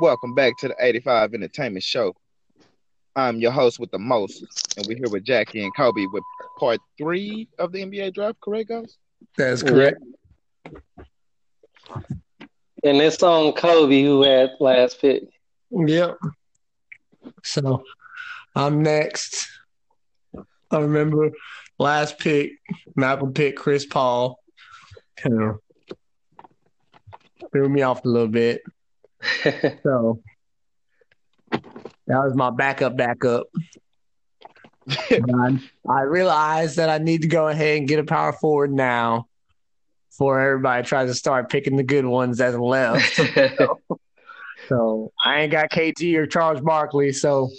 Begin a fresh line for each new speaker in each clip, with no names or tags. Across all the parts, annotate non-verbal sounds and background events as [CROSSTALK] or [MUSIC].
Welcome back to the 85 Entertainment Show. I'm your host with the most, and we're here with Jackie and Kobe with part three of the NBA draft, correct, guys?
That's correct.
And it's on Kobe who had last pick.
Yep. So I'm next. I remember last pick, Malcolm picked Chris Paul. Kind of threw me off a little bit. So that was my backup, backup. And I, I realized that I need to go ahead and get a power forward now before everybody tries to start picking the good ones that's left. So I ain't got KT or Charles Barkley, so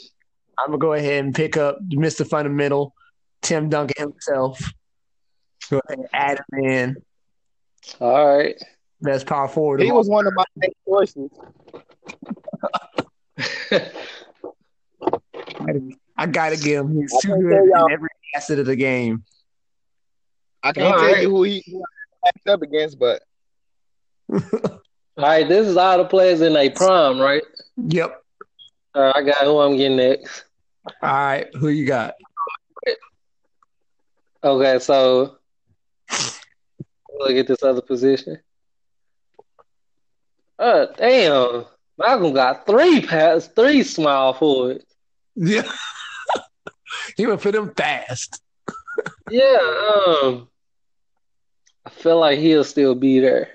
I'm gonna go ahead and pick up Mr. Fundamental, Tim Duncan himself. Go ahead and add him in.
All right.
Best power forward. of
he
all-
was one of my next choices.
I gotta give him. He's
I
too
can't
good
tell
in
y'all.
every facet of the game.
I can't
All
tell
right.
you who he who I matched up against, but
All right, this is all the players in their prime, right?
Yep.
Uh, I got who I'm getting next.
All right. Who you got?
Okay, so look at this other position. Oh, damn. Malcolm got three pass, three small forwards.
Yeah. [LAUGHS] he would put him fast.
Yeah, um, I feel like he'll still be there.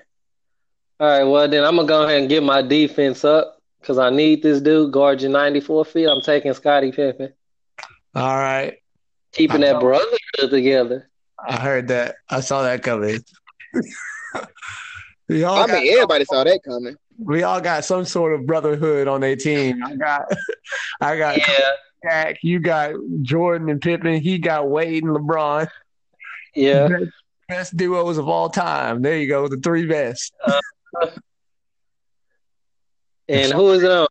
All right, well then I'm gonna go ahead and get my defense up because I need this dude guard you 94 feet. I'm taking Scottie Pippen,
All right.
keeping that brotherhood together.
I heard that. I saw that coming. [LAUGHS] we all
Oh,
I
got,
mean, everybody saw that coming.
we all got some sort of brotherhood on their team. I got [LAUGHS] I got
Yeah,
Shaq, you got Jordan and Pippen, he got Wade and LeBron.
yeah.
Best, best duos of all time. There you go, the three best.
And who is it on?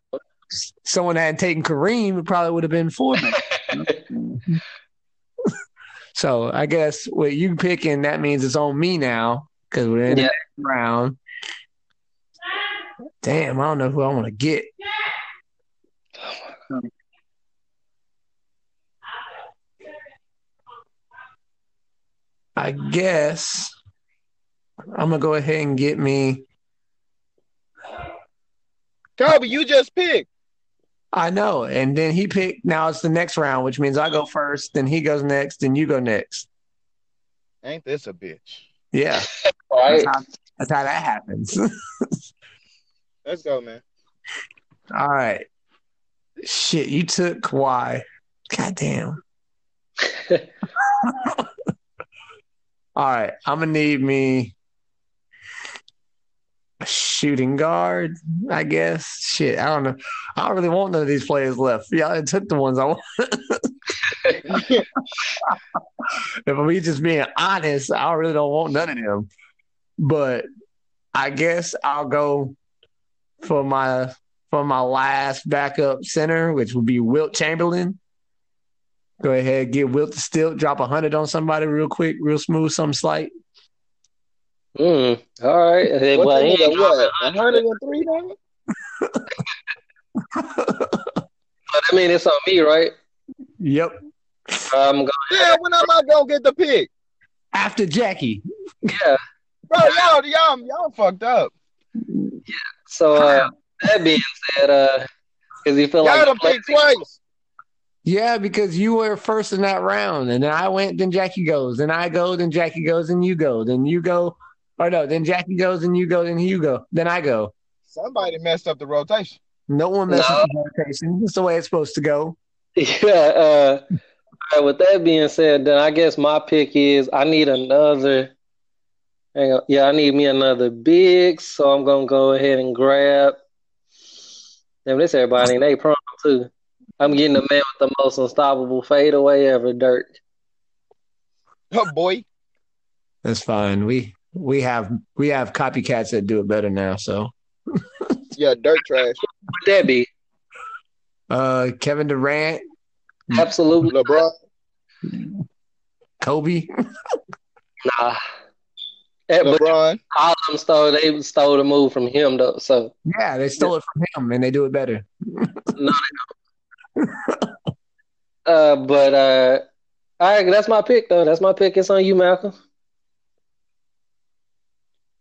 Someone had taken Kareem, it probably would have been four. so I guess what you picking, that means it's on me now because we're in
Yeah.
the next round. Damn, I don't know who I want to get. I guess I'm gonna go ahead and get me.
Kobe, you just picked.
I know, and then he picked. Now it's the next round, which means I go first. Then he goes next. Then you go next.
Ain't this a bitch?
Yeah,
All right,
that's, how, that's how that happens. [LAUGHS]
Let's go,
[LAUGHS]
man.
All right. Shit, you took Kawhi. Goddamn. All right, I'm gonna need me a shooting guard, I guess. Shit, I don't know. I don't really want none of these players left. Yeah, I took the ones I want. if we just being honest, I really don't want none of them. But I guess I'll go for my for my last backup center, which would be Wilt Chamberlain. Go ahead, get Wilt to still drop a hundred on somebody real quick, real smooth, something slight.
mm, all right. Hey,
What
well,
they
he
need,
ain't
what,
dropping
103 now?
But I mean, it's on me, right?
Yep.
I'm going.
Yeah, when am I gonna get the pick?
After Jackie.
Bro, y'all, y'all, y'all fucked up.
So uh, that being said, uh, because he feel
Y'all
like
done picked twice.
Yeah, because you were first in that round, and then I went, then Jackie goes, then I go, then Jackie goes, and you go, then you go, or no, then Jackie goes, and you go, then you go, then I go.
Somebody messed up the rotation.
No one messes
No.
with the rotation. That's the way it's supposed to go.
[LAUGHS] Yeah. Uh, all right, with that being said, then I guess my pick is I need another. Hang on. Yeah, I need me another big. So I'm gonna go ahead and grab. Damn, this everybody and they prom too. I'm getting the man with the most unstoppable fadeaway ever, Dirk.
Oh boy.
That's fine. We we have we have copycats that do it better now. So
Yeah, dirt trash.
Would that be
uh Kevin Durant,
absolutely
LeBron.
Kobe.
nah? Eh, But
LeBron.
Column stole they stole the move from him though. So
Yeah, they stole it from him and they do it better.
uh but uh all right, that's my pick though. That's my pick. It's on you, Malcolm.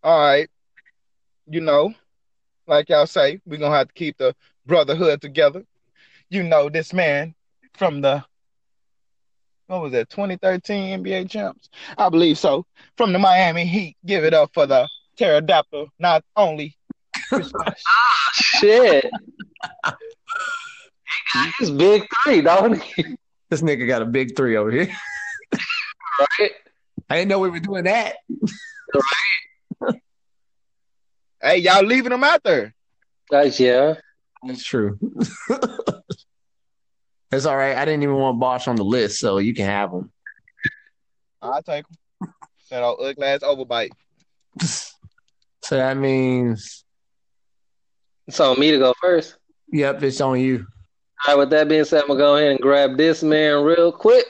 All right. You know, like y'all say, we're gonna have to keep the brotherhood together. You know, this man from the what was that, 2013 NBA champs? I believe so. From the Miami Heat, give it up for the pterodactyl, not only Chris Bosh.
Shit. He got his big three, don't he?
This nigga got a big three over here. [LAUGHS]
Right?
I didn't know we were doing that.
Hey, y'all leaving him out there.
Like, yeah.
That's [LAUGHS] true. That's all right. I didn't even want Bosch on the list, so you can have him. [LAUGHS]
I'll take him. That old ugly ass overbite.
So that means,
It's on me to go first.
yep, it's on you.
All right, with that being said, I'm gonna go ahead and grab this man real quick.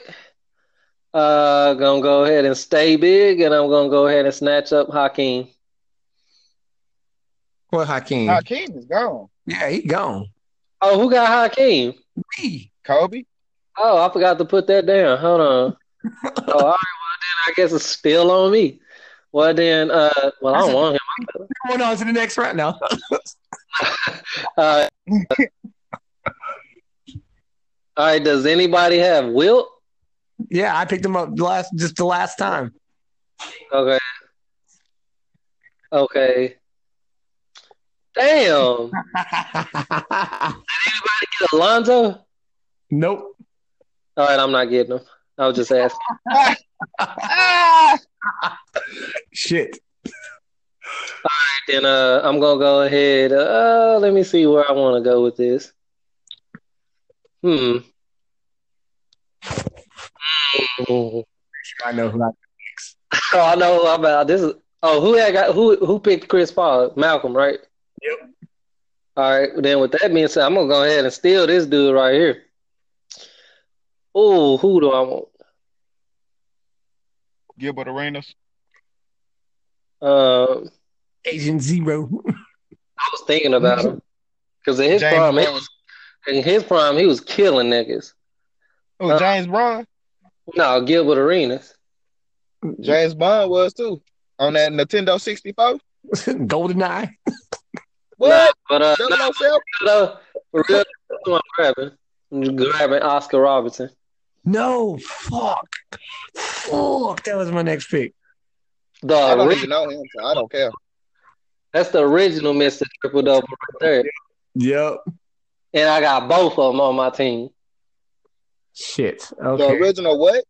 Uh, gonna go ahead and stay big, and I'm gonna go ahead and snatch up Hakeem.
Well, Hakeem.
Hakeem is gone.
Yeah, he gone.
Oh, who got Hakeem?
Me.
Kobe.
Oh, I forgot to put that down. Hold on. oh, all right. Well, then I guess it's still on me. Well, then, uh, well, I don't want him.
Going on to the next round now.
Uh, all right. Does anybody have Wilt?
yeah, I picked him up last, just the last time.
Okay. Okay. Damn. Get Alonzo.
nope.
All right, I'm not getting them. I was just asking.
Ah!
Shit.
Then uh, I'm gonna go ahead. Uh, let me see where I want to go with this. Hmm. Hmm.
I know who I
Oh, I know who I'm about. This is. Oh, who had got who? Who picked Chris Paul? Malcolm, right?
Yep.
All right. Then with that being said, I'm gonna go ahead and steal this dude right here. Oh, who do I want?
Gilbert Arenas.
Um,
Agent Zero. [LAUGHS]
I was thinking about him because in his
James
prime,
Brown.
in his prime, he was killing niggas.
Oh, James Brown.
No, Gilbert Arenas.
James Bond was too on that Nintendo 64.
Golden Eye.
What?
But uh, no,
007?
no, real, I'm grabbing, I'm grabbing Oscar Robertson.
No, fuck. Fuck. That was my next pick.
I
The
don't
ori-
even know him, so I don't care.
that's the original Mister Triple Double right there,
Yep.
and I got both of them on my team,
Shit.
The
Okay.
original what?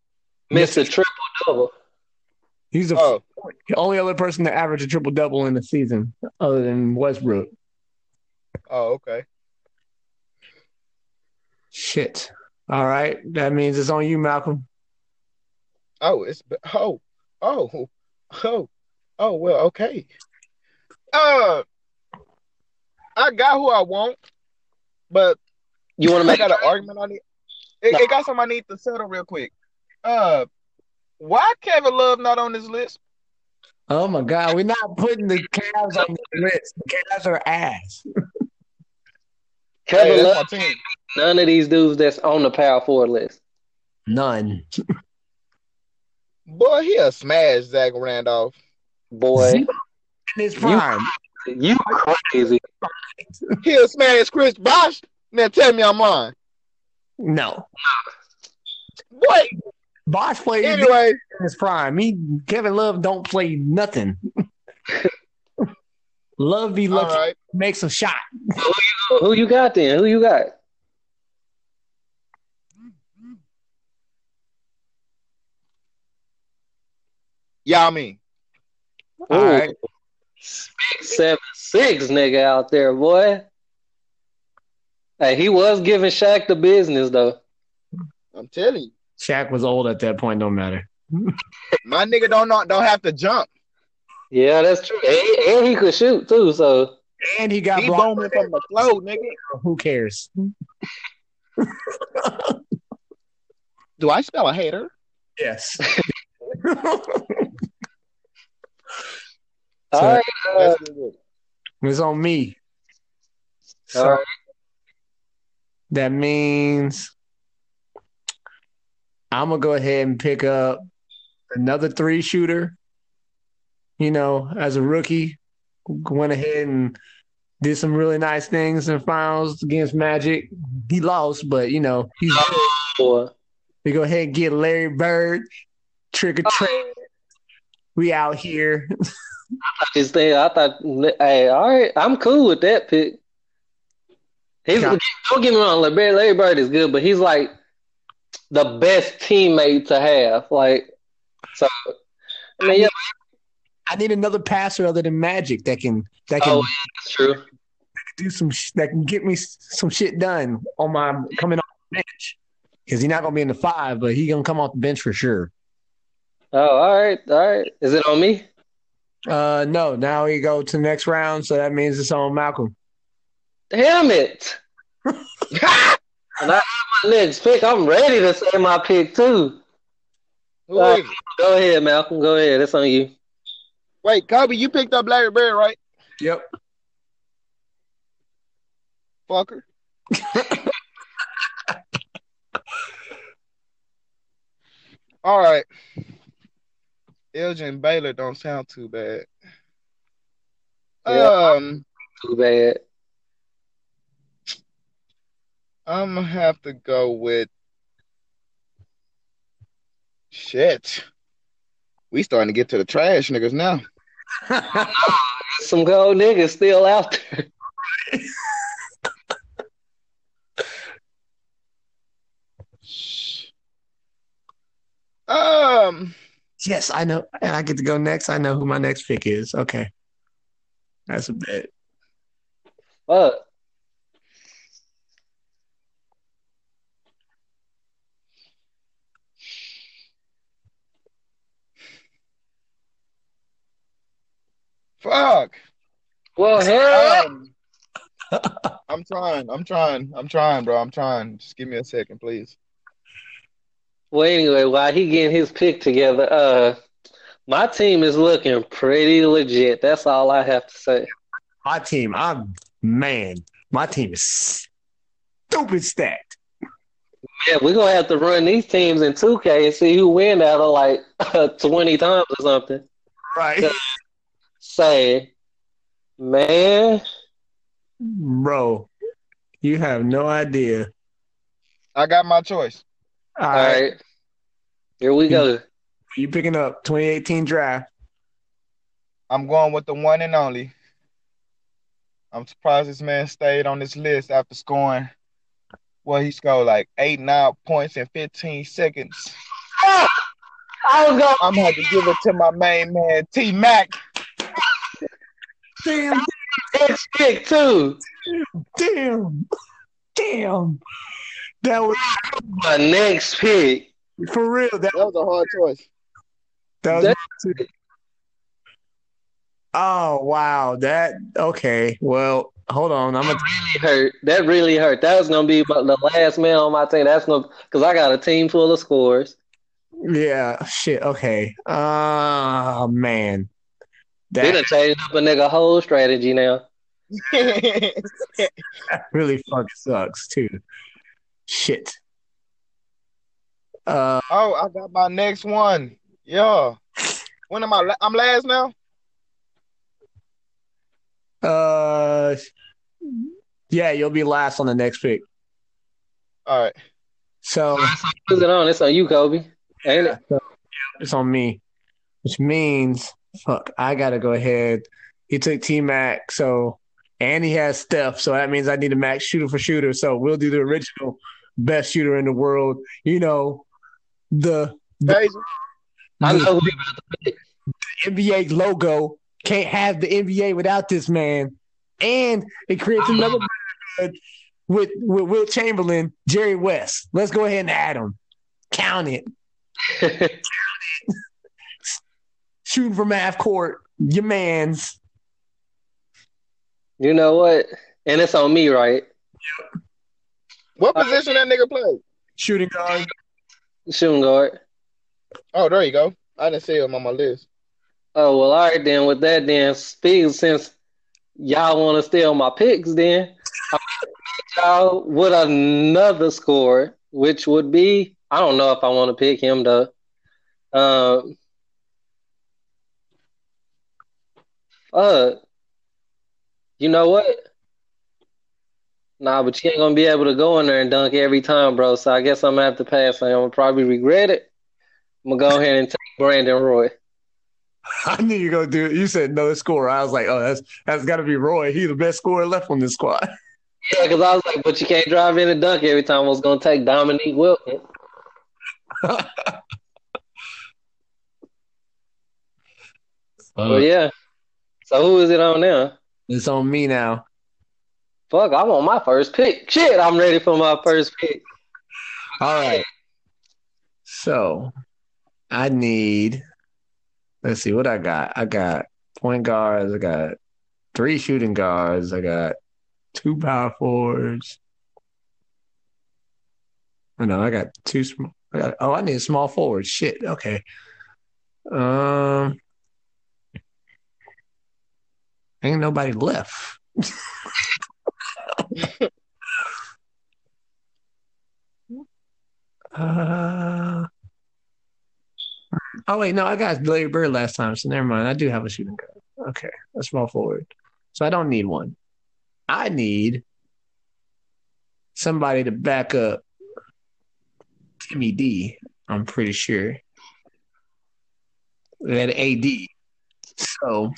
Mister Triple Double.
He's the
Oh,
only other person to average a triple double in a season other than Westbrook.
oh, okay.
Shit. All right. That means it's on you, Malcolm.
Oh, it's oh, oh, oh, oh. Well, okay. Uh, I got who I want, but
You want to
I
make?
got an argument on it. It, it got something I need to settle real quick. Uh, why Kevin Love not on this list?
Oh my God. We're not putting the Cavs on the list. The Cavs are ass.
[LAUGHS] Hey,
Kevin Love,
that's my team.
none of these dudes that's on the power forward list.
None.
Boy, he'll smash Zach Randolph.
Boy,
In his prime.
you crazy.
He'll smash Chris Bosh. Now tell me I'm lying.
No.
Boy,
Bosch played
anyway,
in his prime. He Kevin Love don't
[LAUGHS]
play nothing. Love be
all
lucky
right.
makes a shot.
Who you got then? Who you got?
Y'all mean
All
Ooh.
right.
Six, seven, six nigga out there, boy. Hey, he was giving Shaq the business though.
I'm telling you,
Shaq was old at that point, don't matter.
my nigga don't not, don't have to jump.
Yeah, that's true. And, and he could shoot too, so
And he got
He
blocked.
booming from the flow, nigga.
Who cares? [LAUGHS]
Do I spell a hater?
Yes.
All right. uh,
Let's do it.
It's on me. So
all right.
that means I'm gonna go ahead and pick up another three shooter. You know, as a rookie, went ahead and did some really nice things in finals against Magic. He lost, but you know, he's good.
Boy.
We go ahead and get Larry Bird, trick or treat. We out here. [LAUGHS]
I just think I thought, hey, all right, I'm cool with that pick. He's
Yeah.
don't get me wrong, LeBron Larry Bird is good, but he's like the best teammate to have. Like, so I mean, yeah,
I need another passer other than Magic that can that can
oh, yeah, that's true.
do some sh- that can get me s- some shit done on my coming off the bench because he's not gonna be in the five, but he gonna come off the bench for sure.
Oh, all right, all right. Is it on me?
Uh, no, now we go to the next round, so that means it's on Malcolm.
Damn it!
[LAUGHS]
and I have my next pick. I'm ready to say my pick too.
Who is
uh,
it?
Go ahead, Malcolm. Go ahead. It's on you.
Wait, Kobe, you picked up Larry Bird, right?
Yep. [LAUGHS]
Fucker. All right. Elgin Baylor don't sound too bad.
Yeah.
Um,
Too bad.
I'm gonna have to go with shit. We starting to get to the trash niggas now.
Some gold niggas still out there.
Um,
[LAUGHS] yes, I know, and I get to go next. I know who my next pick is. Okay, that's a bet.
Fuck.
fuck.
Well,
Oh,
hell,
Um, I'm trying. I'm trying. I'm trying, bro. I'm trying. Just give me a second, please.
well. Anyway, while he getting his pick together, uh, my team is looking pretty legit. That's all I have to say.
My team, I'm man. My team is stupid stacked.
Yeah, we're gonna have to run these teams in 2K and see who win out of like [LAUGHS] 20 times or something.
Right,
Say, man,
bro, you have no idea.
I got my choice.
All
all
right.
right, here we go.
you picking up 2018 draft.
I'm going with the one and only. I'm surprised this man stayed on this list after scoring. Well, he scored like eight, nine points in 15 seconds.
I was gonna
I'm going to give it to my main man, T Mac.
Damn,
next pick too.
damn, damn. That was
My next pick.
for real. That,
That was a hard choice.
that was. Oh wow, that okay. Well, hold on. I'm gonna.
really hurt. That really hurt. That was gonna be about the last man on my team. That's gonna because I got a team full of scores.
Yeah, shit. Okay. Ah man,
They
that
done changed up a nigga whole strategy now.
really fucking sucks too. Shit. Uh,
[LAUGHS] oh, I got my next one. Yeah. When am I? La- I'm last now?
uh. Yeah, you'll be last on the next pick.
All right.
So.
Who's it on? It's on you, Kobe. Ain't it?
It's on me, which means fuck. I gotta go ahead. He took T Mac, so and he has Steph, so that means I need a max shooter for shooter. So we'll do the original best shooter in the world. You know, the,
Crazy.
I
the
know who
NBA logo can't have the NBA without this man, and it creates another brotherhood with with Will Chamberlain, Jerry West. Let's go ahead and add him. Count it. Shooting from half court. Your man's.
you know what? And it's on me, right?
What position that nigga played?
shooting guard.
Shooting guard.
Oh, there you go. I didn't see him on my list.
Oh well, all right then. With that, then speaking since y'all want to steal my picks, then I y'all with another score, which would be I don't know if I want to pick him though. Um, uh, you know what? Nah, but you ain't gonna be able to go in there and dunk every time, bro. So I guess I'm gonna have to pass. I'm gonna probably regret it. I'm gonna go ahead and take Brandon Roy.
I knew you were gonna do it. You said another scorer. I was like, oh, that's that's got to be Roy. He the best scorer left on this squad. [LAUGHS]
Yeah, because I was like, but you can't drive in and dunk every time. I was gonna take Dominique Wilkins.
Uh,
But yeah. So who is it on now?
It's on me now.
Fuck, I want my first pick. Shit, I'm ready for my first pick.
All right. So I need. Let's see what I got. I got point guards. I got three shooting guards. I got two power forwards. Oh, No, I got two small. I got, oh, I need a small forward. Shit. Okay. Um, ain't nobody left. uh, oh wait, no, I got Larry Bird last time, so never mind. I do have a shooting guard. Okay, a small forward, so I don't need one. I need somebody to back up Timmy D. I'm pretty sure that AD. So,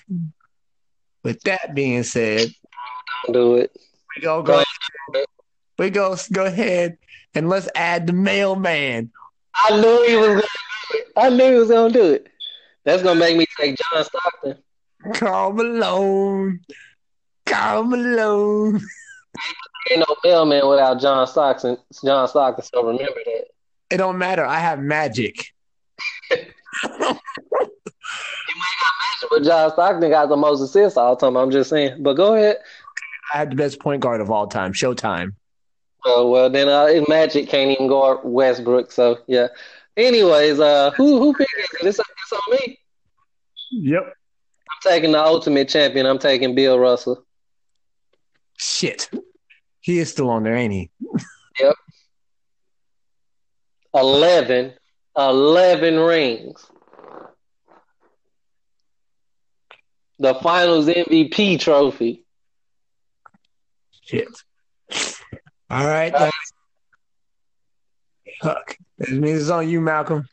with that being said,
Don't do it.
we go go. We go go ahead and let's add the mailman.
I knew he was gonna do it. I knew he was gonna do it. That's gonna make me take John Stockton.
Carl Malone. Carl Malone.
Ain't no mailman without John Stockton. John Stockton. So remember that.
It don't matter. I have magic.
But John Stockton got the most assists all the time. I'm just saying. But go ahead.
I have the best point guard of all time. Showtime.
Oh well, then uh, it- Magic can't even guard Westbrook. So yeah. Anyways, uh, who who picked it? It's, it's on me.
Yep.
I'm taking the ultimate champion. I'm taking Bill Russell.
Shit. He is still on there, ain't he?
11, 11 rings. The Finals MVP trophy.
Shit. All right. that's- Fuck. That means it's on you, Malcolm.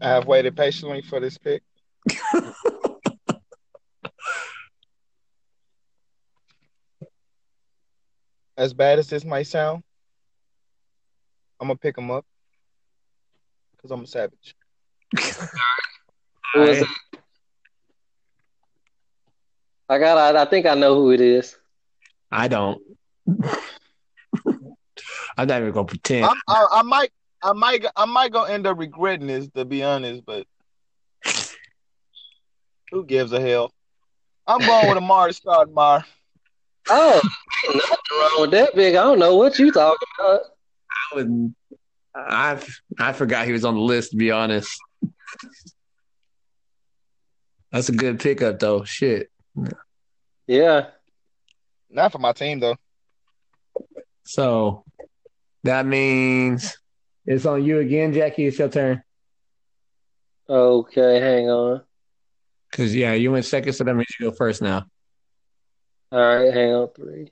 I have waited patiently for this pick. [LAUGHS] as bad as this might sound, I'm gonna pick him up because I'm a savage.
Who is it? I got. I, I think I know who it is.
I don't. [LAUGHS] I'm not even gonna pretend. [LAUGHS]
I, I, I might, I might, I might go end up regretting this to be honest, but who gives a hell? I'm going with Amari Stoudemire.
Oh, ain't nothing wrong with that big. I don't know what you talking about.
I wouldn't- I I forgot he was on the list. To be honest, that's a good pickup though. Shit,
Yeah.
Not for my team though.
so that means it's on you again, Jackie. It's your turn.
Okay. Hang on.
Cause yeah, you went second, so that means you go first now.
All right. Hang on. Three.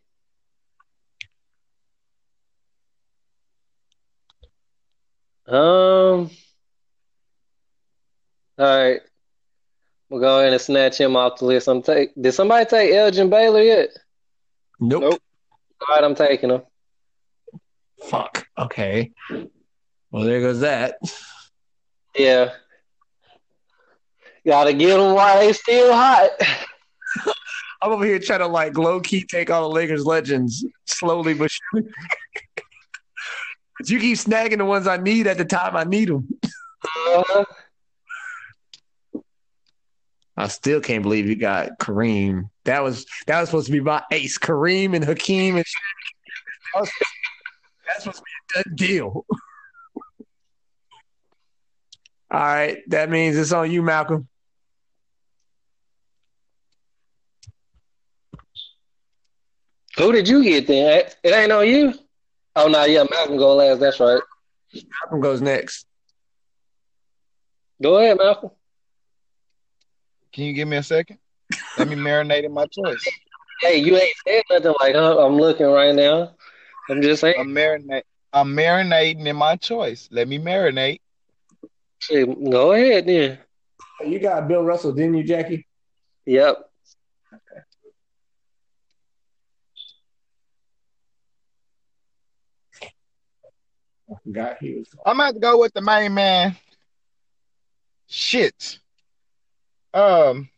Um. All right. We'll go ahead and snatch him off the list. I'm take. Did somebody take Elgin Baylor yet?
Nope.
Nope.
All right. I'm taking him.
Fuck. Okay. Well, there goes that.
Yeah. Gotta get them while they still hot.
I'm over here trying to like low key take all the Lakers legends slowly but surely. [LAUGHS] But you keep snagging the ones I need at the time I need them.
Uh,
I still can't believe you got Kareem. That was that was supposed to be my ace, Kareem and Hakeem and. That was- That's supposed to be a done deal. [LAUGHS] All right, that means it's on you, Malcolm.
Who did you get then? It ain't on you. Oh no, yeah, Malcolm go last. That's right.
Malcolm goes next.
Go ahead, Malcolm.
Can you give me a second? Let me marinate in my choice.
Hey, you ain't said nothing like huh? I'm looking right now. I'm just saying.
I'm marinate. I'm marinating in my choice. Let me marinate.
Hey, go ahead then.
You got Bill Russell, didn't you, Jackie?
Yep.
I forgot he was.
I'm about to go with the main man. Shit. Um.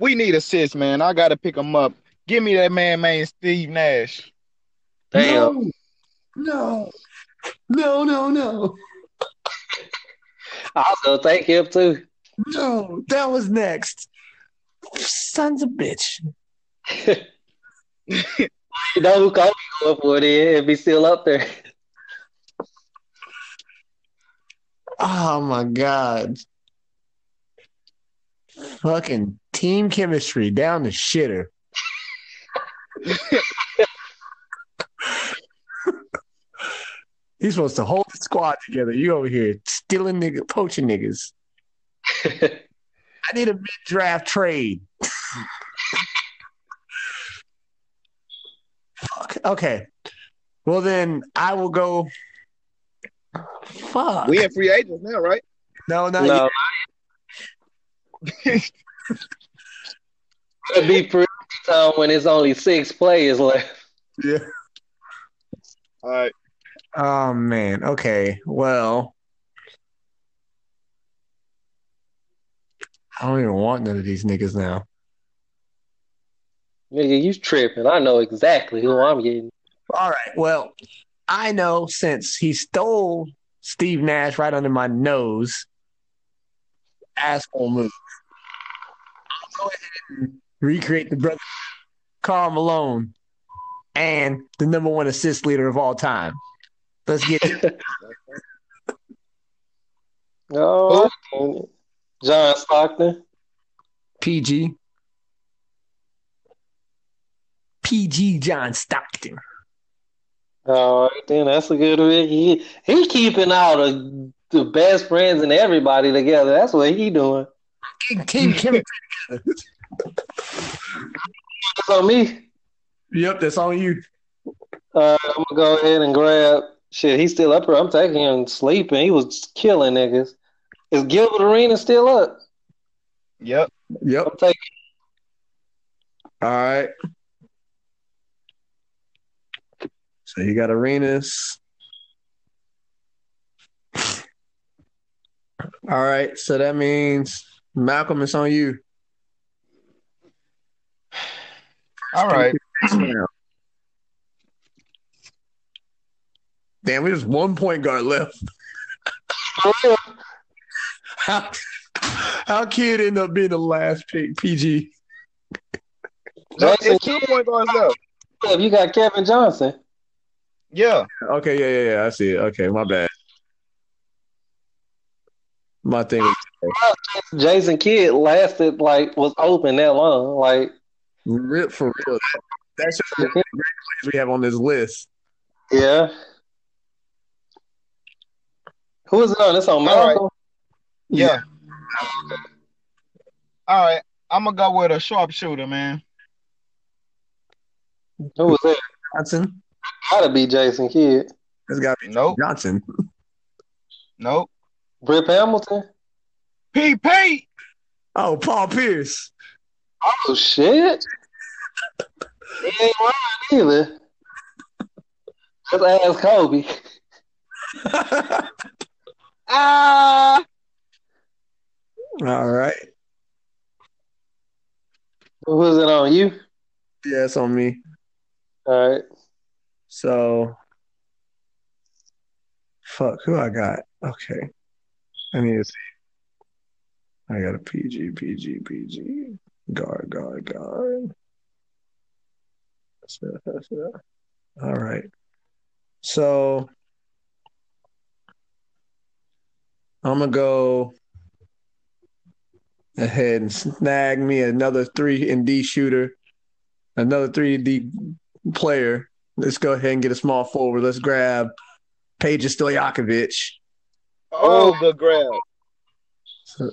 We need assists, man. I gotta pick him up. Give me that man, man, Steve Nash.
Damn.
No, no, no, no, no,
I was gonna take him too.
no. That was next. Sons of bitch.
You know who Kobe going for then if he's still up there. [LAUGHS]
Oh my god. Fucking team chemistry down the shitter. He's supposed to hold the squad together. You over here stealing nigga, poaching niggas. I need a mid draft trade. Fuck. Okay. Well then I will go. Fuck.
We in free agents now, right?
no, not yet.
no. [LAUGHS] It'll be pretty time when it's only six players left.
All right.
Oh man. Okay. Well, I don't even want none of these niggas now.
Nigga, you tripping. I know exactly who I'm getting.
All right. Well, I know since he stole Steve Nash right under my nose, asshole move. I'll go ahead and recreate the brother Carl Malone and the number one assist leader of all time. Let's get it.
No. Oh, John Stockton.
PG. PG John Stockton.
All right, Oh, then that's a good one. He, he keeping all the, the best friends and everybody together. That's what he doing.
Team chemistry.
That's on me.
yep, that's on you.
Uh, I'm gonna go ahead and grab. Shit, he's still up here. I'm taking him sleeping. He was killing niggas. Is Gilbert Arena still up?
Yep.
Yep.
I'm taking.
All right. So [LAUGHS] you got arenas. All right. So that means Malcolm is on you. [CLEARS THROAT]
All right.
Damn, we just one point guard left. [LAUGHS]
For real.
How how kid end up being the last pick? PG.
No,
Jason
it's two point guards left.
If you got Kevin Johnson,
Yeah.
Okay, yeah, yeah, yeah. I see it. Okay, my bad. My thing. Was,
Jason Kidd lasted like was open that long. Like,
real for real. That's just the great players we have on this list.
yeah. Who is it on? It's on
All right.
Malcolm.
Yeah. All right. I'm gonna go with a sharpshooter, man.
Who was that?
Johnson.
Gotta be Jason Kidd.
That's got
Nope.
Johnson. [LAUGHS]
Nope.
Rip Hamilton.
PP.
Oh, Paul Pierce. [LAUGHS]
Oh shit. he ain't lying either. Just ask Kobe.
Ah.
All right.
Who was it on you?
Yeah, it's on me.
All right.
So, fuck, who I got? Okay. I need to see. I got a PG, PG, PG. Guard, guard, guard. [LAUGHS] All right. So, I'm gonna go ahead and snag me another three and D shooter, another three and D player. Let's go ahead and get a small forward. Let's grab Paige Stojakovic.
Oh, good grab.
So,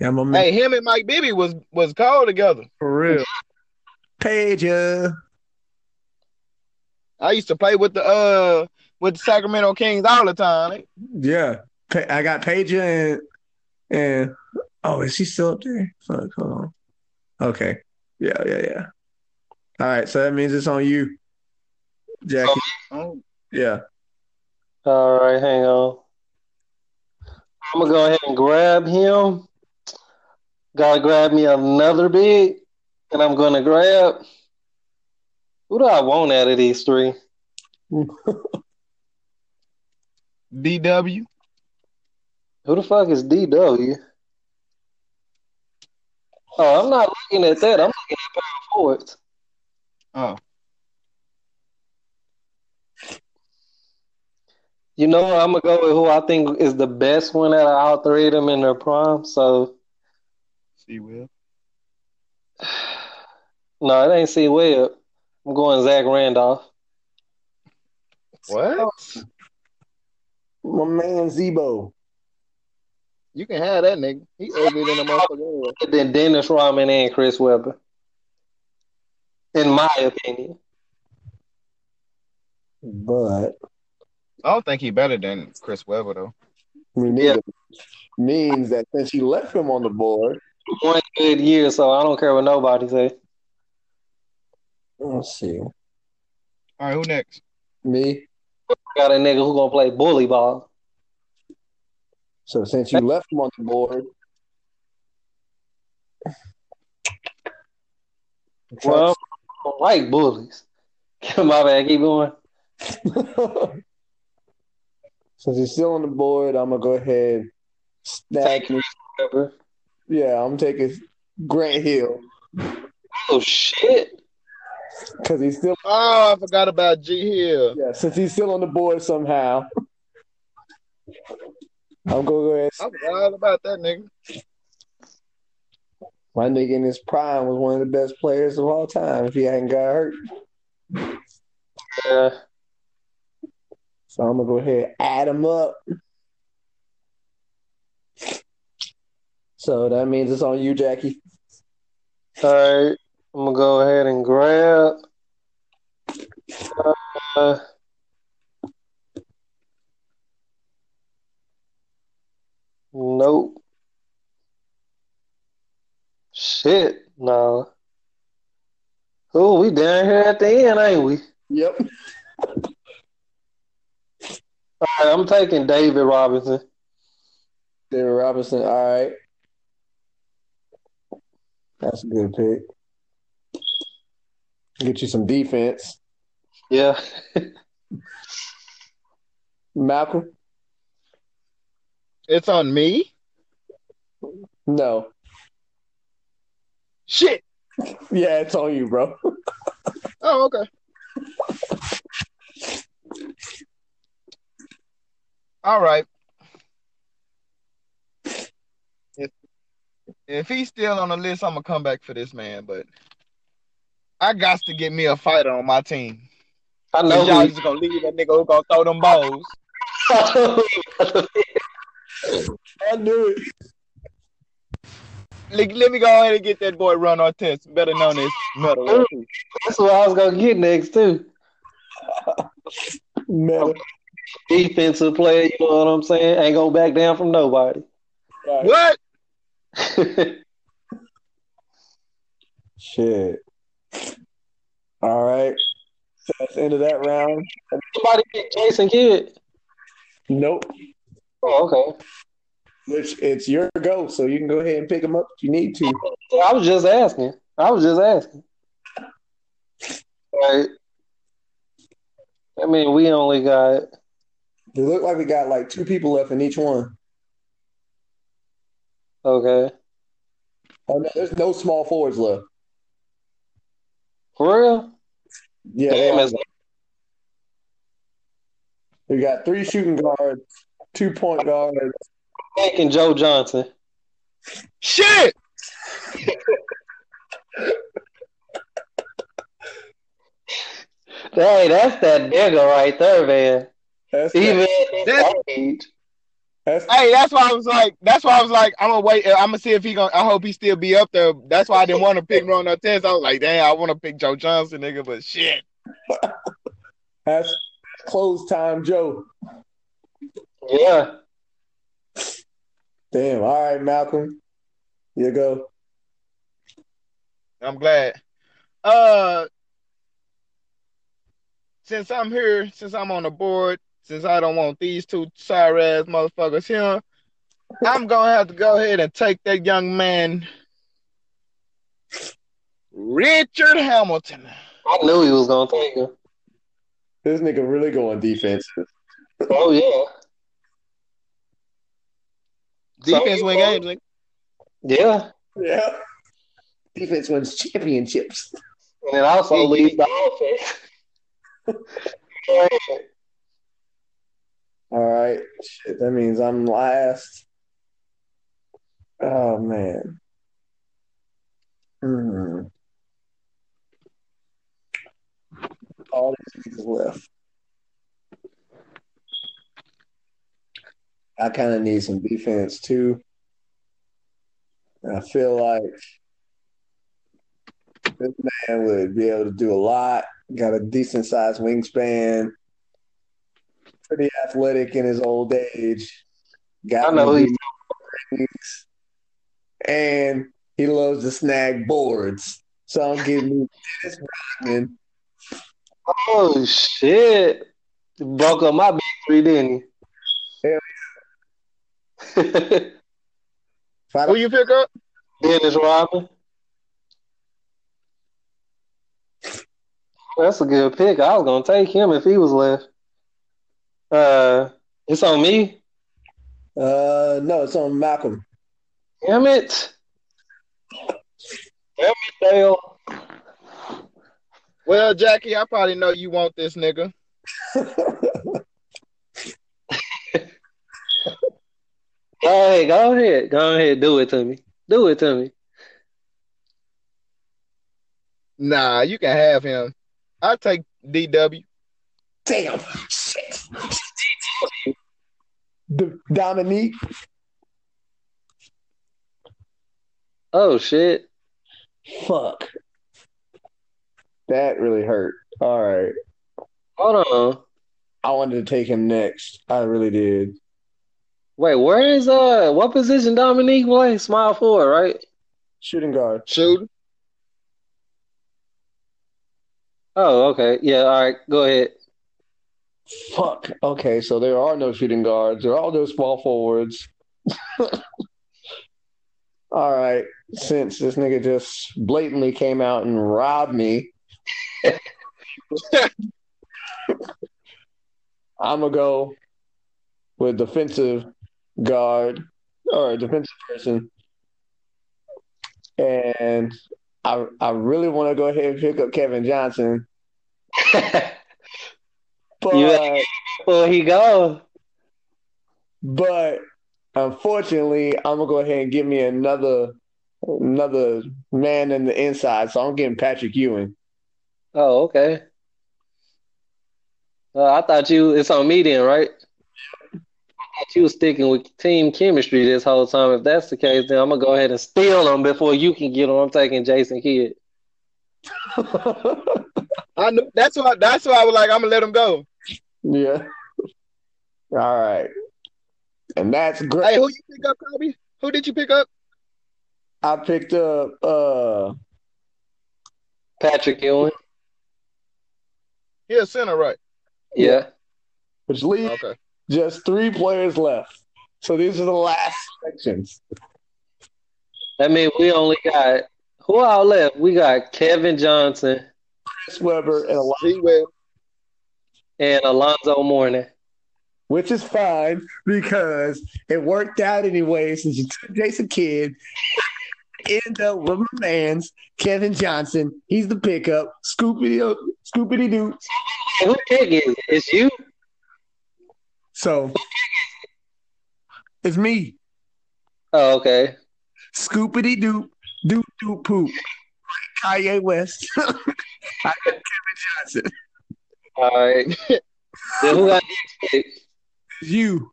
yeah, I'm gonna make
Hey, him and Mike Bibby was was called together.
for real. Paige, uh,
I used to play with the uh with the Sacramento Kings all the time. eh?
yeah, Pa- I got Paige and and oh, is she still up there? Fuck, hold on. Okay, yeah, yeah, yeah. All right, so that means it's on you, Jackie.
Oh,
Yeah,
All right, hang on. I'm gonna go ahead and grab him. Gotta grab me another big, and I'm gonna grab. Who do I want out of these three?
DW.
Who the fuck is DW? Oh, I'm not looking at that. I'm looking at power forwards.
Oh,
You know, I'm gonna go with who I think is the best one out of all three of them in their prime. So
see, Will.
no, it ain't C Webb. I'm going Zach Randolph.
What?
my man Zebo.
You can have that nigga. He ugly than a motherfucker anyway.
than Dennis Rodman and Chris Webber, in my opinion.
But
I don't think he better than Chris Webber though.
remember means that since you left him on the board,
One good year, so I don't care what nobody say.
let's see,
All right, who next?
me.
Got a nigga who gonna play bully ball.
So since you left him on the board, [LAUGHS]
Well, I don't like bullies. [LAUGHS] my bad, keep going.
since he's still on the board, I'm gonna go ahead. Stack.
Take Chris Webber.
Yeah, I'm taking Grant Hill
Oh shit!
because he's still.
Oh, I forgot about G Hill.
Yeah, since he's still on the board somehow, I'm gonna go ahead.
I forgot all about that nigga.
My nigga in his prime was one of the best players of all time. If he hadn't got hurt,
Yeah.
so I'm gonna go ahead and add him up. So that means it's on you, Jackie.
All right, I'm gonna go ahead and grab. Uh, nope. Shit, no. Oh, we down here at the end, ain't we?
Yep.
All right, I'm taking David Robinson.
David Robinson. All right. That's a good pick. Get you some defense,
Yeah.
Malcolm.
It's on me.
No.
Shit.
Yeah, it's on you, bro. [LAUGHS]
Oh, okay. All right. If, if he's still on the list, I'm gonna come back for this man. But I got to get me a fighter on my team.
I
'Cause
know.
y'all
who-
just gonna leave that nigga who gonna throw them balls.
[LAUGHS] I know who-
I knew it.
Let, let me go ahead and get that boy Ron Artest, better known as Metal.
That's what I was gonna get next too.
Metal.
defensive player, you know what I'm saying? Ain't gonna back down from nobody. [LAUGHS]
What?
Shit. All right. So that's the end of that round.
Somebody get Jason Kidd.
Nope.
Oh, okay.
Which it's your go, so you can go ahead and pick him up if you need to.
I was just asking. I was just asking. Right. I mean, we only got
It looked like we got like two people left in each one.
okay.
Oh, no, there's no small forwards left.
For real?
Yeah, they
Damn,
all-
it's-
We got three shooting guards, two point guards.
Taking Joe Johnson.
Shit!
Hey, that's that nigga right there, man.
That's
Even at his
That's-
age.
that's
Hey, that's why I was like, that's why I was like, I'm gonna wait. I'm gonna see if he gonna. I hope he still be up there. That's why I didn't want to pick Ron Artest. I was like, damn, I want to pick Joe Johnson, nigga, but shit.
that's close time, Joe.
Yeah.
Damn. All right, Malcolm. You go.
I'm glad. Uh, since I'm here, since I'm on the board, since I don't want these two sorry ass motherfuckers here, I'm gonna have to go ahead and take that young man, Richard Hamilton.
I knew he was gonna take him.
This nigga really going defensive.
Oh yeah.
Defense win games, nigga.
Yeah.
Yeah. Defense wins championships.
And it also leads the offense.
All right. Shit, that means I'm last. Oh man. Hmm. All these niggas left. I kind of need some defense too. And I feel like this man would be able to do a lot. Got a decent sized wingspan. Pretty athletic in his old age. Got
I know who he's
things. and he loves to snag boards. So I'm giving you Dennis Rodman.
Oh shit. Broke up my big three, didn't he? [LAUGHS]
Hell If I
Who
don't-
you pick up?
Dennis Rodman. That's a good pick. I was gonna take him if he was left. Uh it's on me.
Uh, no, it's on Malcolm.
Damn it. Damn it, Dale.
Well, Jackie, I probably know you want this nigga.
Go ahead, go ahead. Go ahead, do it to me. Do it to me.
Nah, you can have him. I take DW.
Damn. Shit. D- Dominique.
Oh shit.
Fuck. That really hurt. All right.
Hold on.
I wanted to take him next. I really did.
Wait, where is uh what position Dominique plays? Smile forward, right?
Shooting guard.
Shooting.
Oh, okay. Yeah, all right, go ahead. [LAUGHS]
Fuck. Okay, so there are no shooting guards. There are no small forwards. [LAUGHS] All right. Since this nigga just blatantly came out and robbed me, I'm going to go with defensive guard or defensive person. And I, I really want to go ahead and pick up Kevin Johnson. But.
Yeah. well he go.
But unfortunately, I'm gonna go ahead and give me another another man in the inside. So I'm getting Patrick Ewing.
Oh, okay. Uh, I thought you it's on me then, right? I thought you was sticking with team chemistry this whole time. If that's the case, then I'm gonna go ahead and steal him before you can get him. I'm taking Jason Kidd.
[LAUGHS] I knew that's why that's why I was like, I'm gonna let him go.
yeah. All right. And that's great.
Hey, who you pick up, Kobe? Who did you pick up?
I picked up uh
Patrick Ewing.
He a center, right?
Yeah.
which leaves
Okay.
just three players left. So these are the last sections.
That means we only got who all left? We got Kevin Johnson
Chris Webber and Eli-
He will.
and Alonzo Mourning.
which is fine because it worked out anyway since you took Jason Kidd. End up with my man's Kevin Johnson. He's the pickup. Scoopity scoopity doo.
Hey, who pick is it? It's you?
So it's me.
Oh, okay.
Scoopity doop, doop doop poop. Kanye
[LAUGHS]
West. I got Kevin Johnson.
All right. [LAUGHS] then who got next pick?
It's you.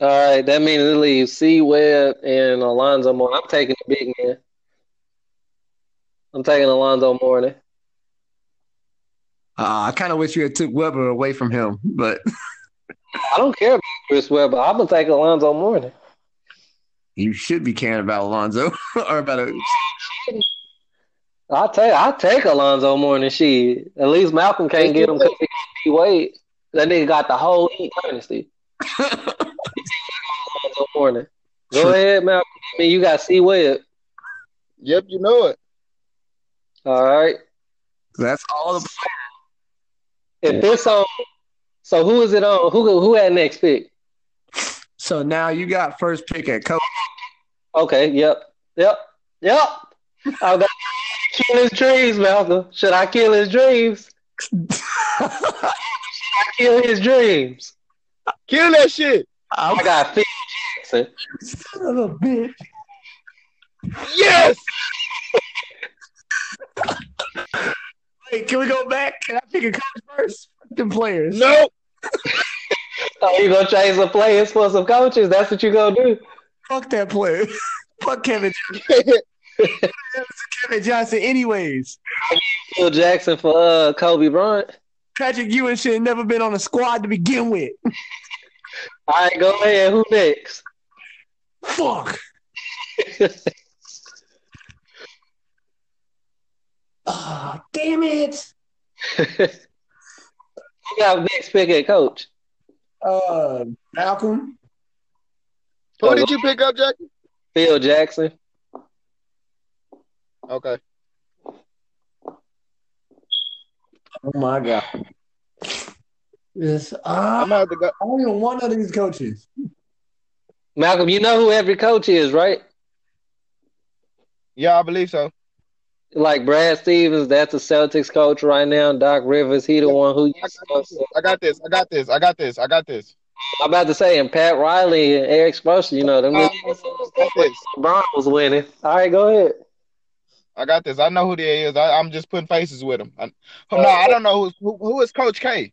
All right, that means it leaves C Webb and Alonzo Mourning. I'm taking the big man. I'm taking Alonzo Mourning.
Uh, I kind of wish you had took Weber away from him, but
I don't care about Chris Webber. I'm gonna take Alonzo Mourning.
you should be caring about Alonzo [LAUGHS] or about a.
I take I take Alonzo Mourning. She at least Malcolm can't get him because he got D Wade. That nigga got the whole heat dynasty. Alonzo Mourning. Go
True.
ahead, Malcolm. I mean, you got C Webb.
Yep, you know it.
All right.
That's all the
If this on, so who is it on? Who who had next pick?
So now you got first pick at coach.
Okay. Yep. Yep. Yep. I got kill his dreams, Malcolm. Should I kill his dreams? I kill his dreams.
Kill that shit.
I got Phil Jackson.
Son of a bitch.
Yes.
Wait, can we go back? Can I pick a coach first? Fuck Them players.
No. [LAUGHS]
Oh, you gonna change the players for some coaches? That's what you gonna do?
Fuck that player. [LAUGHS] Fuck Kevin Kevin Johnson anyways.
Phil Jackson for uh, Kobe Bryant.
Patrick Ewing should have never been on a squad to begin with.
All right, go ahead. Who next? [LAUGHS]
Fuck. Ah, damn it.
Who got next pick at coach?
Uh, Malcolm.
Who did you pick up, Jackie?
Phil Jackson.
Okay.
Oh my god. This
I'm gonna
uh,
have to go.
only one of these coaches.
Malcolm, you know who every coach is, right?
Yeah, I believe so.
Like Brad Stevens, that's the Celtics coach right now. Doc Rivers, he the one who.
I got this. I got this. I got this. I got this.
I'm about to say, and Pat Riley and Eric Spoelstra, you know them.
I got
LeBron
this.
was Uh, winning. All right, go ahead.
I got this. I know who they is. I, I'm just putting faces with them. I, oh, no, I don't know who's, who. Who is Coach K?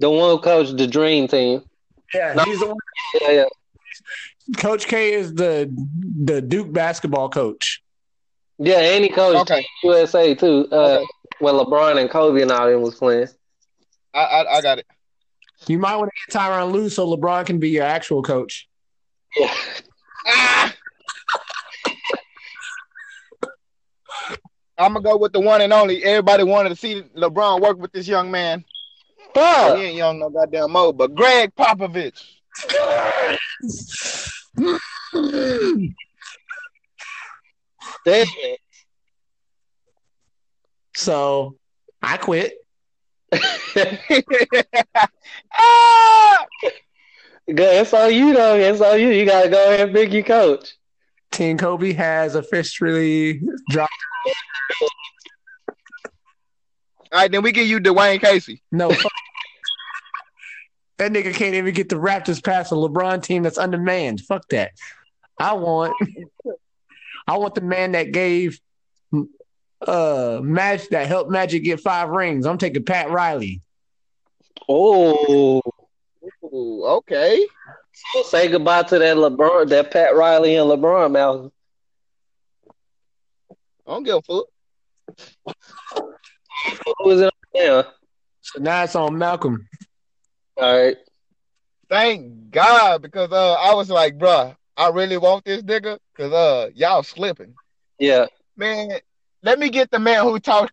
The one who coached the Dream Team.
Yeah, he's the one.
Yeah, yeah.
Coach K is the the Duke basketball coach.
Yeah, and he coached
Okay.
USA too. Uh,
Okay.
When LeBron and Kobe and all them was playing.
I I, I got it.
You might want to get Tyron Lue so LeBron can be your actual coach.
Yeah.
Ah! [LAUGHS] I'm gonna go with the one and only. Everybody wanted to see LeBron work with this young man. He
Fuck.
ain't young no goddamn mo, but Greg Popovich.
Damn.
So I quit.
ah!
[LAUGHS] Good. It's on you though. It's on you. You gotta go ahead and pick your coach.
Team Kobe has officially dropped.
All right, then we give you Dwayne Casey.
No. fuck. [LAUGHS] that nigga can't even get the Raptors past a LeBron team that's undermanned. Fuck that. I want. I want the man that gave. Uh, match that helped Magic get five rings. I'm taking Pat Riley.
Oh.
Ooh, okay.
Say goodbye to that LeBron, that Pat Riley and LeBron Malcolm.
I don't give a fuck.
Who is it on now?
So now it's on Malcolm.
All right.
Thank God, because uh, I was like, bruh, I really want this nigga, cause uh, y'all slipping,
Yeah.
man. Let me get the man who taught